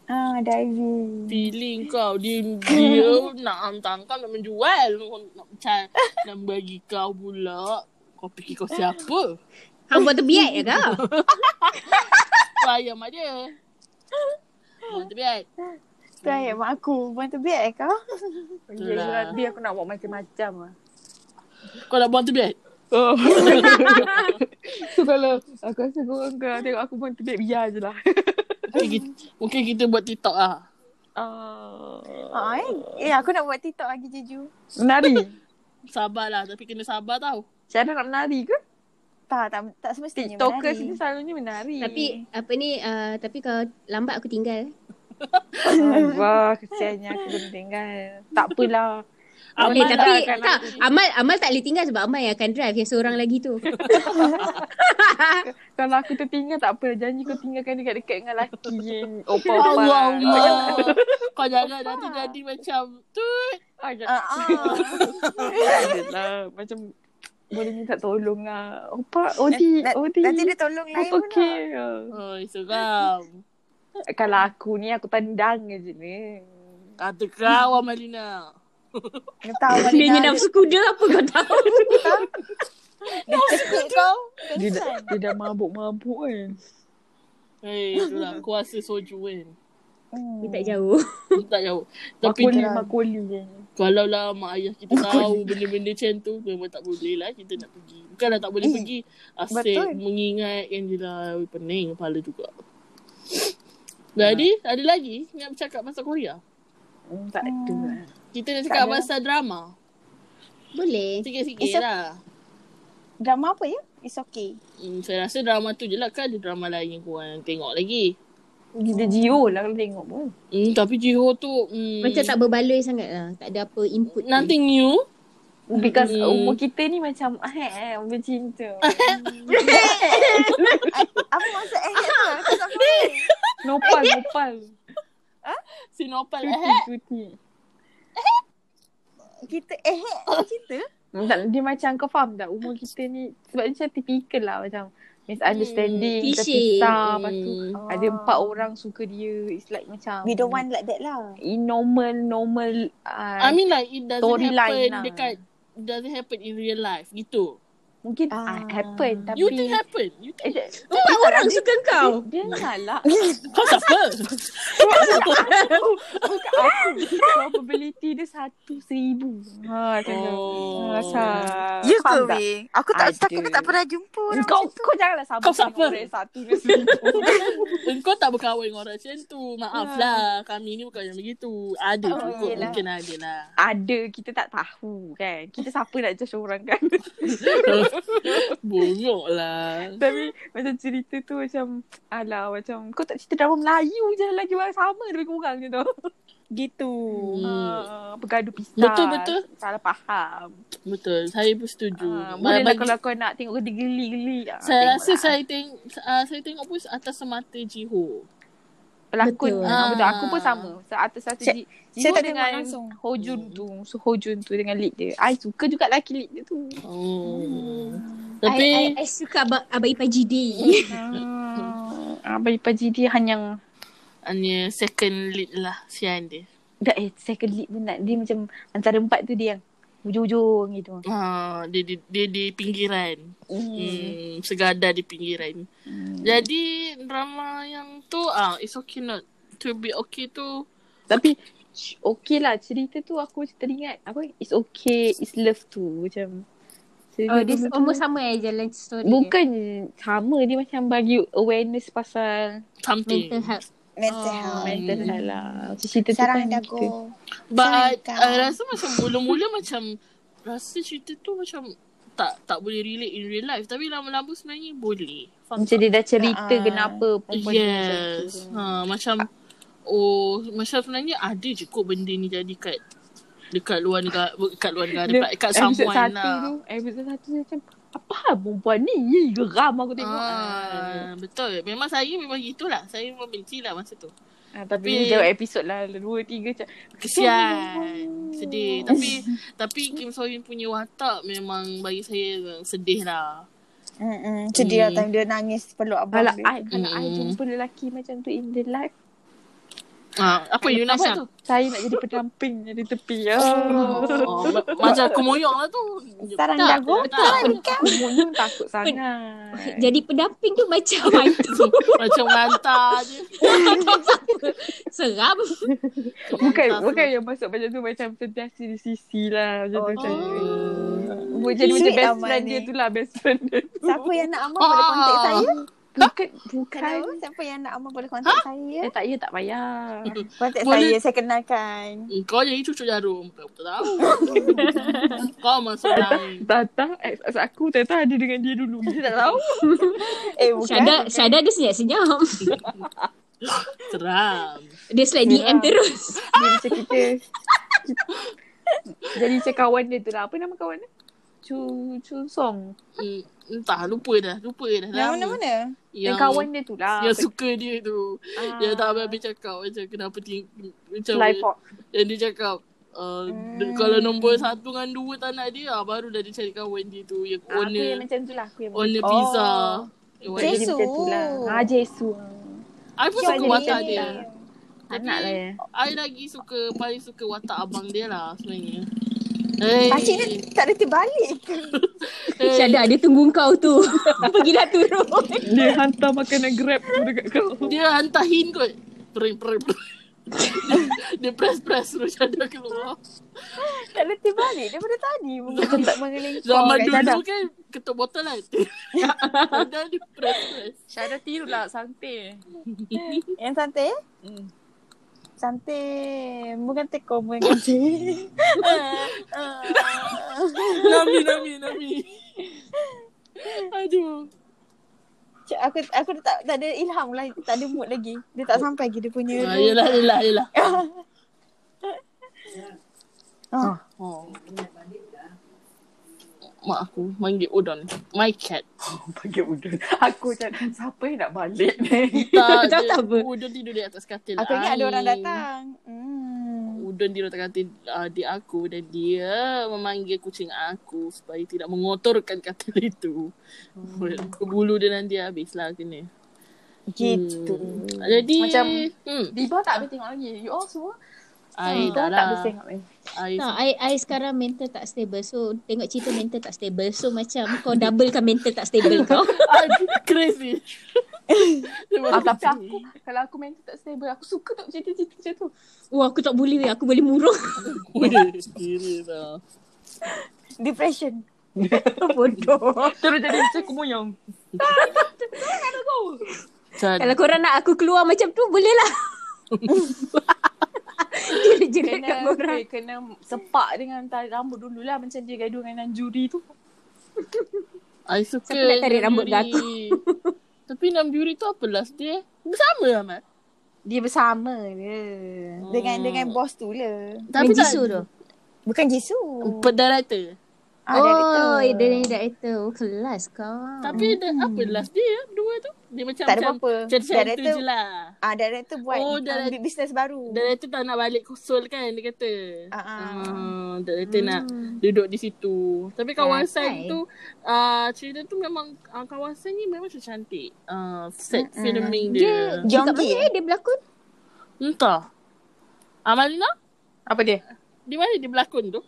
Ah, diving.
Feeling kau Dia, dia nak hantar kau Nak menjual Nak macam Nak bagi kau pula Kau fikir kau siapa?
Hang buat terbiak ya kau?
Kau ayam mak dia Buat terbiat
Tu ayat mak aku. Buang tu biar kau.
Gila,
Itulah.
nanti aku nak buat macam-macam lah
Kau nak buang terbiat?
Oh. so kalau aku rasa korang kalau tengok aku pun tebik biar je lah.
Mungkin kita, mungkin kita buat TikTok ah.
Uh,
Ah, eh. eh, aku nak buat TikTok lagi Jeju.
nari.
Sabarlah tapi kena sabar tau.
Cara nak menari ke?
Tak, tak, tak semestinya
TikTokers
menari.
ni selalunya menari.
Tapi apa ni uh, tapi kalau lambat aku tinggal.
Wah, kesiannya aku kena tinggal. Tak apalah.
Amal lah,
eh, tapi
akan
tak, Amal Amal tak boleh tinggal sebab Amal yang akan drive yang seorang lagi tu.
Kalau aku tertinggal tak apa. Janji kau tinggalkan dekat-dekat dengan laki yang opa-opa.
lah.
lah.
Allah
Kau
Allah.
jangan-
Kau jangan nanti jadi macam tut.
Ah, jangan.
Ah, ah.
Tak adalah. Macam boleh minta tolong lah. Opa, Odi,
Na-
Odi.
Nanti dia tolong lain
Opa
pula.
care.
Oi, seram.
Kalau aku ni aku tendang je ni.
Kata kau Amalina.
Dia tahu mana
Dia
dah-
ni nafsu kuda apa kau tahu?
Dia cekik kau.
Dia dah, dia dah mabuk-mabuk kan.
Hei, Eh, itulah kuasa soju kan.
Dia
Hmm.
tak jauh.
Tak jauh. Tapi
Makoli,
dah-
makoli je.
kalau lah mak ayah kita tahu benda-benda macam tu memang tak boleh lah kita nak pergi. Bukanlah tak boleh
Eh,
pergi. Asyik
betul.
mengingatkan je lah pening kepala juga. Jadi, ada lagi nak bercakap pasal Korea?
Hmm, tak ada.
Kita nak cakap
ada.
pasal drama.
Boleh.
Sikit-sikit
Isap-
lah.
Drama apa ya? It's okay.
Hmm, saya rasa drama tu je lah kan ada drama lain yang korang tengok lagi.
Dia geo lah kalau tengok pun.
Hmm, tapi Jiho tu hmm,
Macam tak berbaloi sangat lah. Tak ada apa input. pun.
nothing new.
Because
Hmm.
hmm. umur kita ni macam eh, eh bercinta.
Apa maksud eh? tu? Aku tak faham.
nopal, nopal.
Sinopal
Cuti,
eh.
cuti.
Kita eh kita.
Tak, dia macam kau faham tak umur kita ni sebab dia macam typical lah macam misunderstanding,
Hmm,
kita
cliché.
pisah, lepas tu
Hmm.
ada
Ah.
empat orang suka dia. It's like macam
We don't want like that lah.
in normal, normal uh,
I mean like it doesn't happen
Storyline lah.
dekat doesn't happen in real life gitu.
mungkin
Ah.
uh, happen tapi
You think happen? You think
Eh,
Empat orang suka kau.
Dia lah, ngalak
kau siapa?
Bukan aku Probability dia satu seribu Ha
Oh.
Rasa
You Ya ke
Faham tak?
weh? Aku tak
Ada.
aku tak pernah jumpa orang
Kau
macam tu.
kau janganlah sabar
Kau siapa?
dengan orang Satu dia seribu
Engkau tak berkawan dengan orang macam tu. Maaflah. Kami ni bukan yang begitu. Ada
Oh,
juga.
yelah.
Mungkin ada lah.
Ada Kita tak tahu kan Kita siapa nak judge orang kan
Buruk lah.
Tapi Macam cerita tu macam Alah macam Kau tak cerita drama Melayu je Lagi orang sama Lebih kurang je tu
Gitu.
Hmm.
Ah, Bergaduh pisah
Betul, betul.
Salah faham
Betul. Saya pun setuju. Ba-
Ah, boleh lah
bagi-
kalau kau nak tengok dia geli-geli. Ah,
saya rasa
tengoklah.
saya tengok uh, saya tengok pun atas semata Jiho.
Betul.
pelakon. Betul. Ah, betul. Aku pun
Ah.
sama. So, atas satu
Saya-
Ji-
saya
Jiho
tak tengok
dengan
langsung.
Hojun
Hmm.
tu. So Hojun tu dengan lead dia. I suka juga lelaki lead dia tu.
Oh.
Tapi... Hmm. I,
Tapi
I, I suka abang, abang Ipah GD.
Ah, Abang Ipah Jidi hanya
hanya second lead lah sian dia.
dah eh second lead pun nak dia macam antara empat tu dia yang hujung-hujung gitu.
Ha, dia, dia, dia di pinggiran.
Hmm.
Hmm, segada di pinggiran.
Hmm.
Jadi drama yang tu ah it's okay not to be okay tu
Tapi sh- okay lah cerita tu aku macam teringat apa it's okay it's love tu macam cerita
Oh, dia
dulu tu-
almost sama eh jalan story. dia.
bukan sama dia macam bagi awareness pasal
something.
Mental health.
Mental
ah,
health.
mental health lah. Macam cerita tu
Sarang
kan kita-
dagu.
But
Sayang.
I rasa macam mula-mula macam rasa cerita tu macam tak tak boleh relate in real life tapi lama-lama sebenarnya boleh. Faham
Macam
tak?
dia dah cerita
Ah.
kenapa perempuan tu macam
Yes.
tu.
Ha, macam oh macam sebenarnya ada je kot benda ni jadi kat dekat luar negara dekat luar negara
Dia-
pula dekat
episode
someone
satu
lah.
tu, episode satu tu macam apa hal perempuan ni? Ye, geram aku tengok. Ah.
Ah, betul. Memang saya memang gitulah. Saya memang benci lah masa tu.
Ah, tapi
Tapi-
ni jawab episod lah dua tiga macam
Kesian. Sedih. Tapi tapi Kim Soyun punya watak memang bagi saya memang sedih lah.
Mm-mm. Sedih lah
Hmm.
time dia nangis peluk abang
kalau
dia.
I, kalau I
Mm-mm.
jumpa lelaki macam tu in the life
Ah, apa you nak
tu saya nak jadi pendamping dari tepi ya.
Oh, ma- macam kemoyong lah tu.
Sarang
Tak,
dagu.
tak.
Aku monyong takut sangat.
Jadi pendamping tu macam hantu.
Macam lantar je.
Seram.
bukan bukan yang masuk macam tu macam sentiasa di sisi lah macam
Oh.
tu macam.
Oh.
Oh. Jadi macam
Sweet
best
lah,
friend
Mak
dia
ni.
tu lah best friend dia. tu.
Siapa yang nak
Oh.
amal
Ah.
boleh kontak saya.
Bukan bukan.
Kalau siapa yang nak amal boleh kontak saya.
Eh tak ya tak payah.
Eh,
Kontak
Boleh.
saya, saya kenalkan.
Kau jadi cucu jarum. Kau tak tahu. Kau masuk lain.
Datang ex ex aku Tata ada dengan dia dulu. Dia tak tahu.
Eh bukan.
Syada, Syada dia senyap-senyap.
Seram.
Dia slide DM
Seram.
terus.
Dia macam kita. Jadi macam kawan dia tu lah. Apa nama kawan dia? Chu Chu Song.
Hmm, entah lupa dah. Lupa dah.
Yang
Lama.
mana-mana.
Yang,
Yang,
kawan dia tu lah. Ah.
yang suka dia tu. Yang tak habis cakap macam kenapa ting macam
Live Fox.
yang dia cakap uh,
Hmm.
hmm. kalau nombor satu dengan dua tak nak dia ah, baru dah dia cari kawan dia tu yang
Ah, Aku
owner
yang macam tu lah. Aku yang
owner
Oh.
pizza.
macam
Oh.
tu. Jadi
Jadi,
Jason.
macam tu lah. Ah, Jesu.
I pun
Kau
suka
jadi
watak
macam
dia.
tu Tak
Tapi-
nak lah ya.
I lagi suka paling suka watak abang dia lah sebenarnya.
Pakcik ni
Hey,
tak ada terbalik ke?
Syada, dia tunggu kau tu. Eh. Pergilah turun.
Dia hantar makanan grab tu dekat kau.
dia hantar hint kot. Pering, pering, pering. dia press press terus ada keluar.
Tak ada terbalik daripada tadi. Mungkin mengelengkong.
Zaman
kat sana.
dulu kan ketuk botol lah. Padahal dia press press.
Syara tiru lah santai.
Yang santai?
Hmm.
Santai. Bukan teko. Bukan Ah, kata. ah.
Nami, Nami, Nami. Aduh.
Cik, aku aku tak tak ada ilham lah. Tak ada mood lagi. Dia tak sampai lagi dia punya.
Ah, yelah, yelah, yelah.
Ah.
Oh. Mak aku panggil udon. My cat.
Panggil udun. Aku macam siapa yang nak balik ni?
Tak,
Tak,
dia-
tak apa.
Udon tidur di atas katil.
Aku ingat ada
Aing.
orang datang. Hmm.
Udon tidur atas katil uh, adik aku dan dia memanggil kucing aku supaya tidak mengotorkan katil itu. Hmm. Bulu dia nanti habislah kena.
Gitu.
Hmm. Jadi, Macam,
Macam-
hmm,
Diba tak boleh tengok lagi. You all semua.
I dah
Diba Hmm. tak
lah.
boleh tengok lagi.
I,
Tak, I, I sekarang mental tak stable. So, tengok cerita mental tak stable. So, macam kau doublekan mental tak stable kau.
I crazy. Dia baru
Ah, tapi
fikir.
aku, kalau aku mental tak stable, aku suka tak cerita-cerita macam tu.
Wah, aku tak boleh. weh. Aku boleh murung.
Boleh sendiri lah.
Depression.
Terus jadi macam kumuyong.
Kalau korang nak aku keluar macam tu, boleh lah. Jerit-jerit kat
Kena,
korang.
eh, kena sepak dengan tarik rambut dulu lah. Macam dia gaduh dengan juri tu.
I suka
Siapa nak tarik rambut
Nam Yuri. Tapi Nam Yuri tu apa last dia? Bersama lah Mat.
Dia bersama dia. Dengan dengan bos tu lah.
Tapi
Jisu tu.
tak
Bukan Jisoo.
Pet director.
Ah,
oh, dia
director.
ni director. Oh, kelas kau.
Tapi dia, apa last dia dua tu? Dia macam
Tak ada
macam
apa-apa.
macam tu
Director
je lah.
Ah, director buat
Oh,
oh,
direct-
bisnes baru.
Director tak nak balik Kosul kan dia kata.
Ah, ah.
Ah, director nak duduk di situ. Tapi kawasan
Pandai.
tu uh, cerita tu memang uh, kawasan ni memang macam cantik. Uh, set
Mm-mm.
filming dia.
Dia,
Jonggi.
dia kat mana eh dia berlakon?
Entah. Amalina,
Apa dia?
di mana dia berlakon tu?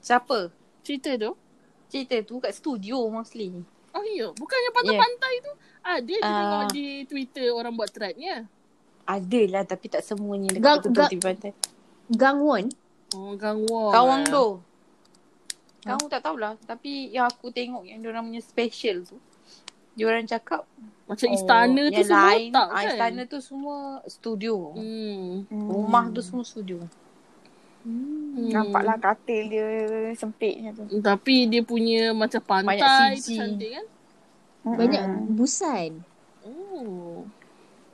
Siapa?
Cerita tu?
Cerita tu kat studio mostly.
Oh ya, bukannya pantai-pantai yeah. tu. Ah, dia uh,
Ah.
tengok di Twitter orang buat threadnya.
Adalah lah, tapi tak semuanya
Gang-
dekat
gang-
tepi pantai.
Gang Won.
Oh, gangguan.
Kawang tu. Kau tak tahulah tapi yang aku tengok yang diorang punya special tu. Diorang cakap
Macam
oh,
istana tu
yang
semua
lain,
tak
ah,
kan?
Istana tu semua studio.
Hmm.
Hmm.
Rumah tu semua studio.
hmm.
lah.
Nampaklah katil dia sempit macam tu.
Tapi dia punya macam pantai
Banyak
tu
CG.
cantik kan?
Hmm.
Banyak
Mm-mm.
busan.
Oh.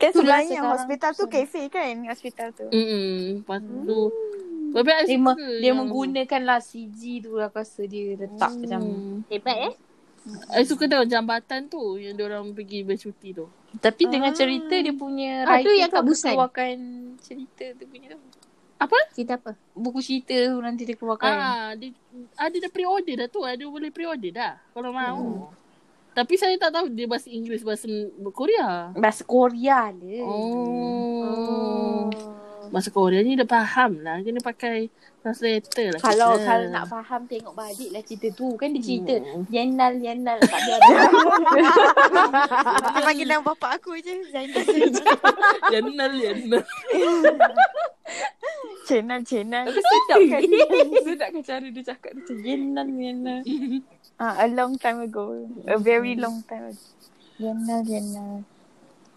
Kan
Tu lah
sebelahnya
sekarang
hospital tu
tu.
kafe kan hospital tu.
Hmm. Lepas tu. Tapi I
Dia,
suka
me- dia
yang-
menggunakan lah CG tu lah aku rasa dia letak
Hmm.
macam
Hebat eh?
I suka tau jambatan tu yang orang pergi bercuti tu.
Tapi dengan cerita dia punya
Ah, tu
writer
yang kat
akan
Busan.
keluarkan cerita tu punya tu.
Cerita apa?
Buku cerita tu nanti dia keluarkan.
Ah, dia, ah, dia dah pre-order dah tu. Ah, Dia boleh pre-order dah kalau mau.
Oh.
Tapi saya tak tahu dia bahasa Inggeris, bahasa Korea.
Bahasa Korea lah dia.
Oh. Bahasa Korea ni dah faham lah. Kena pakai translator lah.
Kalau
kita.
kalau nak faham tengok balik lah cerita tu kan dia cerita
Hmm.
yenal yenal tak biar.
Dia panggil nama bapak aku je Zainal.
Jenal, jenal.
Channel channel.
Tapi sedap kan. sedap kan cara dia cakap tu macam yenal yenal.
Ah, a long time ago. A very long time ago. Yenal Yenal.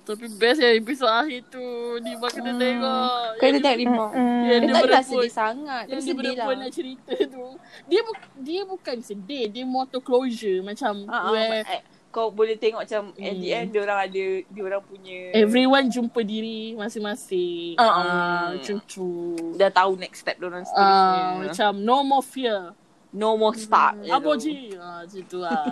Tapi best yang episod akhir tu. Dia makan kena tengok.
Kau dia Hmm. tengok lima.
Yang
Mm.
Dia
dia
tak adalah
berembun.
sedih sangat. Tapi
Yang dia
sedih
berapa
lah.
nak cerita tu. Dia bu- dia bukan sedih. Dia more to closure. Macam
Ah, ah,
where
eh, Kau boleh tengok macam at the
Hmm.
end dia orang ada dia orang punya
everyone jumpa diri masing-masing.
Ah.
Ah, macam tu.
dah tahu next step dia orang
Ah,
seterusnya.
macam no more fear.
No more start. you know.
Aboji. Ah, macam tu lah.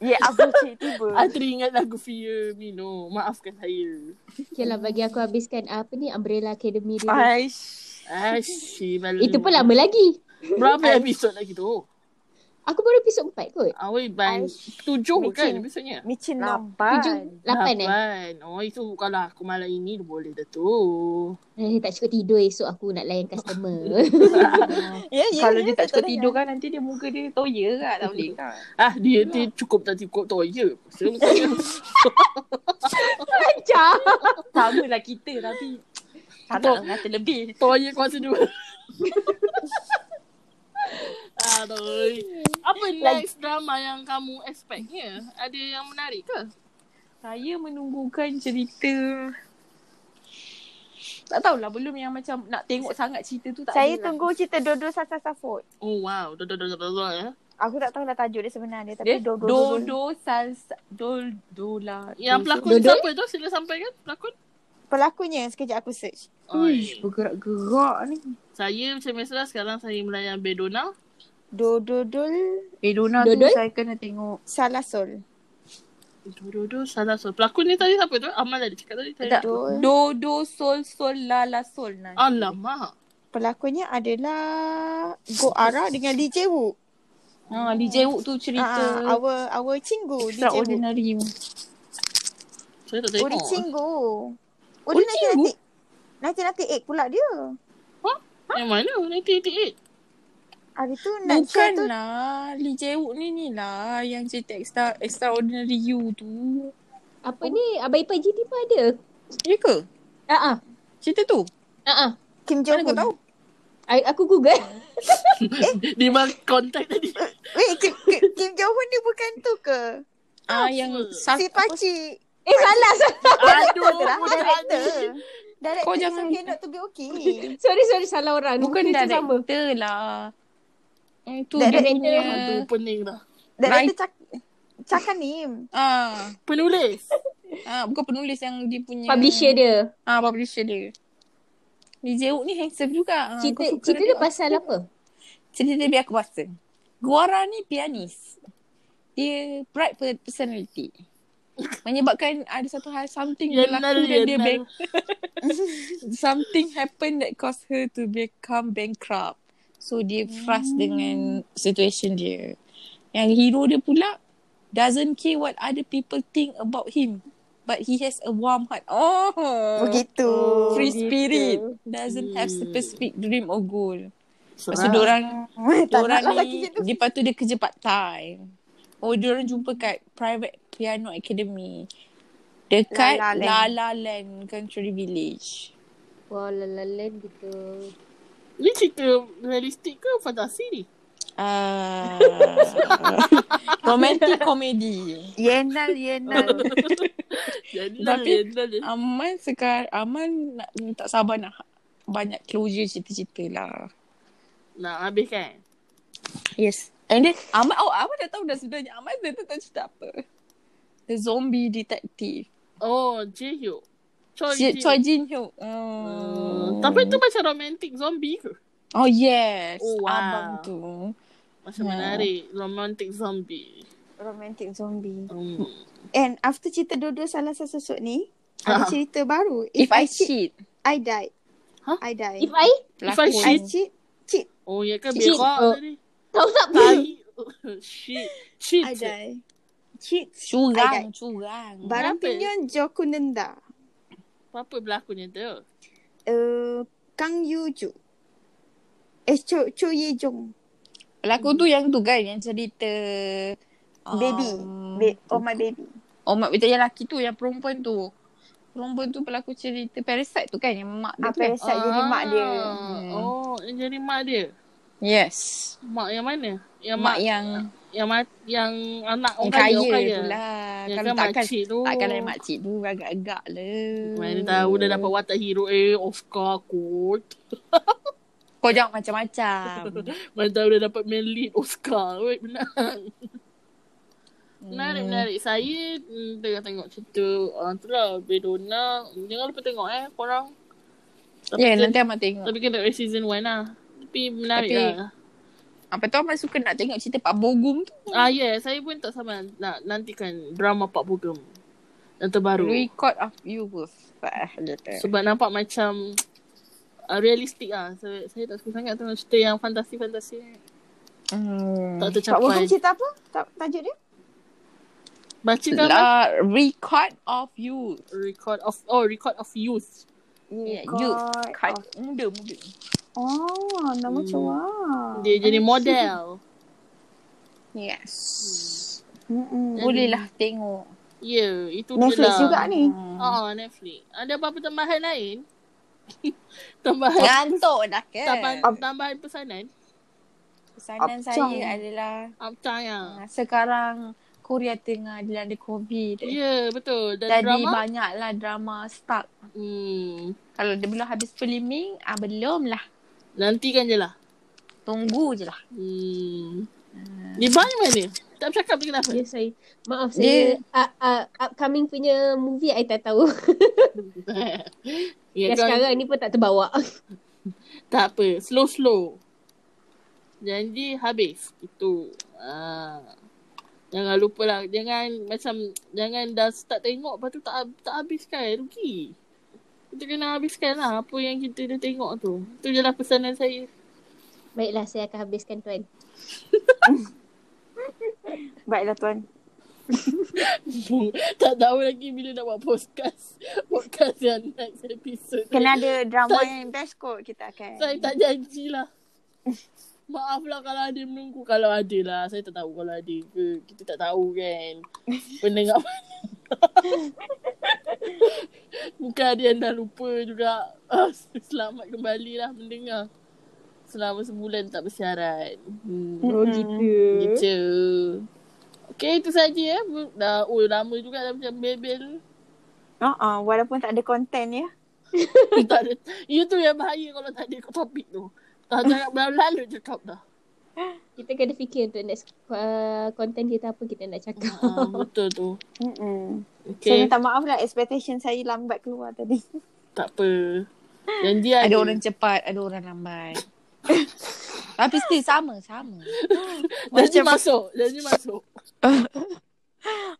Ya, aku cik tiba.
I Ah, teringat lagu Fear Me No. Maafkan saya.
Okay lah bagi aku habiskan apa ni Umbrella Academy dulu.
Aish.
Asyik balik.
Itu pun lama lagi.
Berapa episod lagi tu?
Aku baru episod 4 kot.
Awal ban
Aish.
tujuh kan
Mungkin.
episodnya?
Micin dong.
Tujuh,
Lapan.
lapan eh?
Lapan. Oh itu kalau aku malam ini boleh dah tu.
Eh, tak cukup tidur esok aku nak layan customer.
Ya, ya,
Kalau
ya,
dia tak cukup
dengar.
tidur kan nanti dia muka dia toya kan tak boleh kan.
Ah dia tu cukup tak cukup tu ya.
Macam.
Sama lah kita tapi tak nak kata lebih.
Toya kuasa dua. Aduh. Apa next drama yang kamu expectnya? Ada yang menarik ke?
Saya menunggukan cerita tak tahulah belum yang macam nak tengok sangat cerita tu tak
Saya
ada lah.
tunggu cerita Dodo Sasa Safot.
Oh wow. Dah dah dah dah dah ya.
Aku tak tahu lah tajuk dia sebenarnya
dia
tapi Dodo
do do salsa do do lah.
Yang
Hmm.
pelakon
Dodol?
siapa tu? Sila sampaikan pelakon.
Pelakunya sekejap aku search.
Oi.
bergerak-gerak ni.
Saya macam biasalah sekarang saya melayan Bedona.
Dododol
Eh Dona tu
Dodol?
saya kena tengok.
Salasol.
Dodo salah seorang. Pelakon ni tadi siapa tu? Amal ada cakap tadi. Tadi.
Tak,
Dodol.
do do sol sol la la sol nah.
Alamak.
Pelakunya adalah Go Ara dengan Lee Jae Woo.
Ha DJ Wook tu
Ah,
cerita
our our Chingu Lee
ah,
Jae Woo.
extraordinary.
Saya tak
Uri
tengok.
Chingu.
Uri
Uri nanti
Chingu?
nanti. Nanti nanti egg pula dia.
Yang mana? 1988.
Hari tu nak share tu.
Bukan lah. Lee Jae Wook ni ni lah yang cerita extra, Extraordinary You tu.
Apa ni? Abang Ipah GT pun ada.
Ya ke?
Ha ah.
Cerita tu?
Ha ah.
Kim Jong
Mana
Un.
kau tahu?
I- Aku Google.
Dia bang kontak tadi.
Wait, Kim, Kim, Kim Jong Un ni bukan tu ke?
Ah yang sa-
Si pakcik.
Eh salah. salah.
Aduh.
Betul lah,
budak
director. Director
Kau
Kau jangan...
jangan-
So cannot to be okay.
Sorry sorry salah orang.
bukan
Cerita sama.
director lah. Eh, tu
Director.
dia punya.
ni. Aduh pening dah.
Director cak, cakap ni.
Ah,
Penulis.
ah, bukan penulis yang dia
Ya.
punya.
Publisher dia.
Ah, publisher dia. Lee Jae Wook ni handsome juga. Ah,
Cerita
kau suka
cerita dia
tengok.
pasal apa?
Cerita dia biar aku rasa. Guara ni pianis. Dia bright per- personality. Menyebabkan ada satu hal something
Yenal,
berlaku dan dia
yenal.
bank something happen that caused her to become bankrupt. So dia frust dengan situation dia. Yang hero dia pula doesn't care what other people think about him. But he has a warm heart. Oh.
Begitu.
Free
Begitu.
spirit. Doesn't have
Hmm.
specific dream or goal. Lepas tu
Seram.
diorang
Tak
Diorang
naklah lelaki
ni
macam tu.
Lepas tu dia kerja part time Oh diorang jumpa kat Private Piano Academy Dekat
La La Land.
La La Land Country Village
Wah, lalalan gitu.
Ni cerita realistik ke fantasi ni?
uh, Romantic comedy
Yenal, yenal.
Jadilah,
Tapi-
jadilah. je.
Aman sekarang Aman nak, tak sabar nak Banyak closure cerita-cerita lah
Nak habis kan?
Yes And then Aman oh, Aman dah tahu dah sebenarnya Aman dah tahu tak cerita apa The zombie detective
Oh, J-Hyuk. Choi
Choi
Ji-
Choi Jin
Oh,
Hyuk. Oh.
Hmm.
Hmm.
Tapi tu macam romantic zombie ke?
Oh yes.
Oh, wow.
Oh, wow. Abang tu.
Macam
Ya.
menarik. Romantic zombie.
Romantic zombie.
Hmm.
And after cerita dua-dua salah sesosok ni,
Ah.
ada cerita baru.
If, I cheat.
I die.
Huh?
I die.
If I
If
pelakon.
I
I
cheat-
cheat, cheat,
Oh, ya kan berak
Shit.
uh,
Oh.
tadi.
kau tak
Tai. Shit. Shit.
I die. Cheat. I
Curang, curang.
Barang
Kenapa?
pinjam Joko Nenda.
Apa berlakunya tu?
Uh, Kang Yu Ju. Eh, Cho, Cho Ye Jong.
Pelakon tu yang tu kan yang cerita
Baby. Ba- oh, my baby.
Oh, mak kita yang lelaki tu yang perempuan tu. Perempuan tu pelakon cerita Parasite tu kan yang mak dia
Ah,
tu. Kan?
Parasite jadi mak dia.
Ah, Oh,
Hmm.
yang jadi mak dia.
Yes.
Mak yang mana? Yang
Mak,
mak,
yang,
yang mat, yang anak
yang
orang
kaya,
kaya, orang kaya.
tu lah.
Yang
Kalau
kan
takkan
makcik tu.
takkan lain makcik tu agak-agak lah.
Mana tahu dah dapat watak hero eh Oscar kot.
Kau jawab macam-macam.
Mana tahu dah dapat main lead Oscar kot menang.
Hmm.
Menarik, menarik. Saya mm, tengah tengok cerita uh, tu lah, Bedona. Jangan lupa tengok eh, korang. Tapi,
Ya, yeah,
kita,
nanti Amat tengok.
tapi kita tengok season 1 lah. Tapi menarik
Tapi-
lah.
Apa tu Amat suka nak tengok cerita Pak Bogum tu.
Ah, ya. Yeah, saya pun tak sabar nak nantikan drama Pak Bogem. Yang terbaru.
Record of you was ah, dia tak.
Sebab nampak macam uh, realistik lah. Saya, saya tak suka sangat tengok cerita yang fantasi-fantasi. ni.
Hmm.
Tak
Pak Bogum
tercapai.
cerita apa? Ta- tajuk dia?
Baca kan? Abang?
lah.
La, Lah, record of you.
Record of, oh, record of youth. Ya,
Yeah,
God.
you. Cut. Muda, muda.
Oh, nama
Hmm.
hmm. cowok.
Dia jadi model.
Yes.
Mm-mm.
Boleh lah tengok.
Ya, yeah, itu dia
Netflix
lah.
juga ni.
Hmm.
Ah, Netflix. Ada apa-apa tambahan lain? tambahan
Ngantuk dah
Ya,
ke?
tambahan,
Ab-
tambahan pesanan?
Pesanan
Abcang.
saya adalah
Apa ya?
ah, sekarang Korea Tengah dilanda
Ya,
COVID.
yeah, betul. Dan
Jadi
drama?
banyaklah drama stuck.
Hmm.
Kalau dia belum habis filming, ah, belum lah.
Nantikan je lah.
Tunggu je lah.
Hmm. Ni banyak mana? Tak bercakap dia kenapa?
Ya, saya. Maaf, saya uh, uh, upcoming punya movie I tak tahu.
ya, kan?
Yang Ya, sekarang ni pun tak terbawa.
Tak apa. Slow-slow. Janji habis. Itu. Ah. Jangan lupa lah. Jangan macam, jangan dah start tengok lepas tu tak, tak habiskan. Rugi. Kita kena habiskan lah apa yang kita dah tengok tu. Itu je lah pesanan saya.
Baiklah, saya akan habiskan kan. tuan.
Baiklah tuan.
tak tahu lagi bila nak buat podcast. Podcast yang next episode.
Kena ada drama yang best kot kita akan.
Saya tak janjilah. Maaf lah kalau ada menunggu. Kalau ada lah. Saya tak tahu kalau ada ke. Kita tak tahu kan. Pendengar mana. Bukan ada yang dah lupa juga. Ah, selamat kembali lah mendengar. Selama sebulan tak bersiaran. Hmm.
Oh, gitu.
Gitu. Okay, itu saja ya. Dah, oh, lama juga dah macam bebel.
Uh-uh, walaupun tak ada konten ya.
tak ada. Itu yang bahaya kalau tak ada topik tu. Tak jangan berlalu cakap dah.
Kita kena fikir untuk next uh, content kita apa kita nak cakap.
Ah, betul tu.
Mm-mm. Saya
Okay,
minta maaf lah expectation saya lambat keluar tadi.
tak apa. Janji ada.
Ada orang cepat, ada orang lambat. Tapi still sama, sama.
Janji
Macam-
masuk. Janji masuk.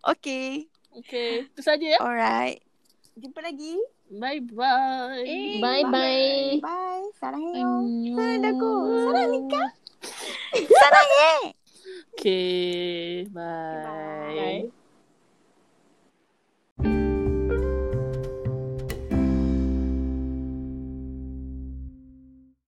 Okay.
Okay. Itu saja ya.
Alright. Jumpa lagi.
Bye-bye.
Eh,
Bye-bye.
Bye. Sarang heyo. Sarang daku.
Annyeong.
Sarang nikah. Sarang eh.
Okay. Bye.
Bye.